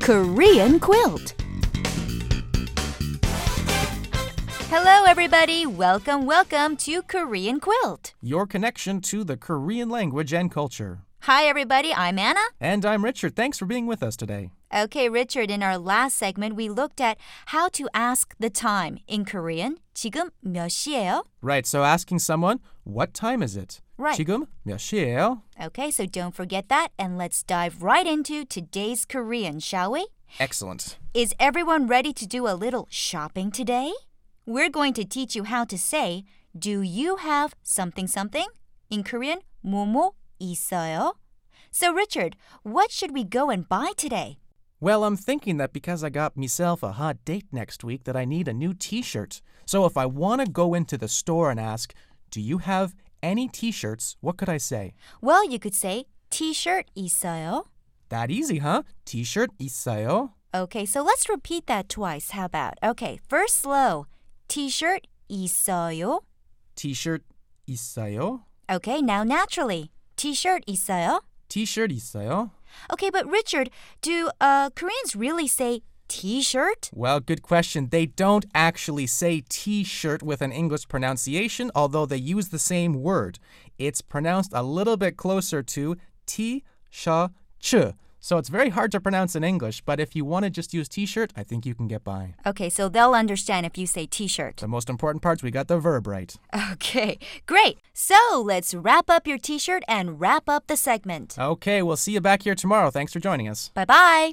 Korean quilt. Hello, everybody. Welcome, welcome to Korean quilt. your connection to the Korean language and culture. Hi, everybody. I'm Anna. And I'm Richard. Thanks for being with us today. Okay, Richard, in our last segment, we looked at how to ask the time in Korean. 지금 몇 시예요? Right, so asking someone, what time is it? Right. 지금 몇 시예요? Okay, so don't forget that and let's dive right into today's Korean, shall we? Excellent. Is everyone ready to do a little shopping today? We're going to teach you how to say, Do you have something something? In Korean, 뭐뭐 있어요? So, Richard, what should we go and buy today? Well, I'm thinking that because I got myself a hot date next week that I need a new t-shirt. So if I want to go into the store and ask, "Do you have any t-shirts?" What could I say? Well, you could say, T-shirt 있어요. That easy, huh? T-shirt 있어요? Okay, so let's repeat that twice. How about? Okay, first slow. T-shirt 있어요. T-shirt 있어요? Okay, now naturally. T-shirt 있어요. T-shirt 있어요? Okay, but Richard, do uh, Koreans really say T-shirt? Well, good question. They don't actually say t shirt with an English pronunciation, although they use the same word. It's pronounced a little bit closer to t sha ch. So it's very hard to pronounce in English, but if you want to just use t shirt, I think you can get by. Okay, so they'll understand if you say T-shirt. The most important parts, we got the verb right. Okay, great. So let's wrap up your T-shirt and wrap up the segment. Uh. Okay, we'll see you back here tomorrow. Thanks for joining us. Bye bye.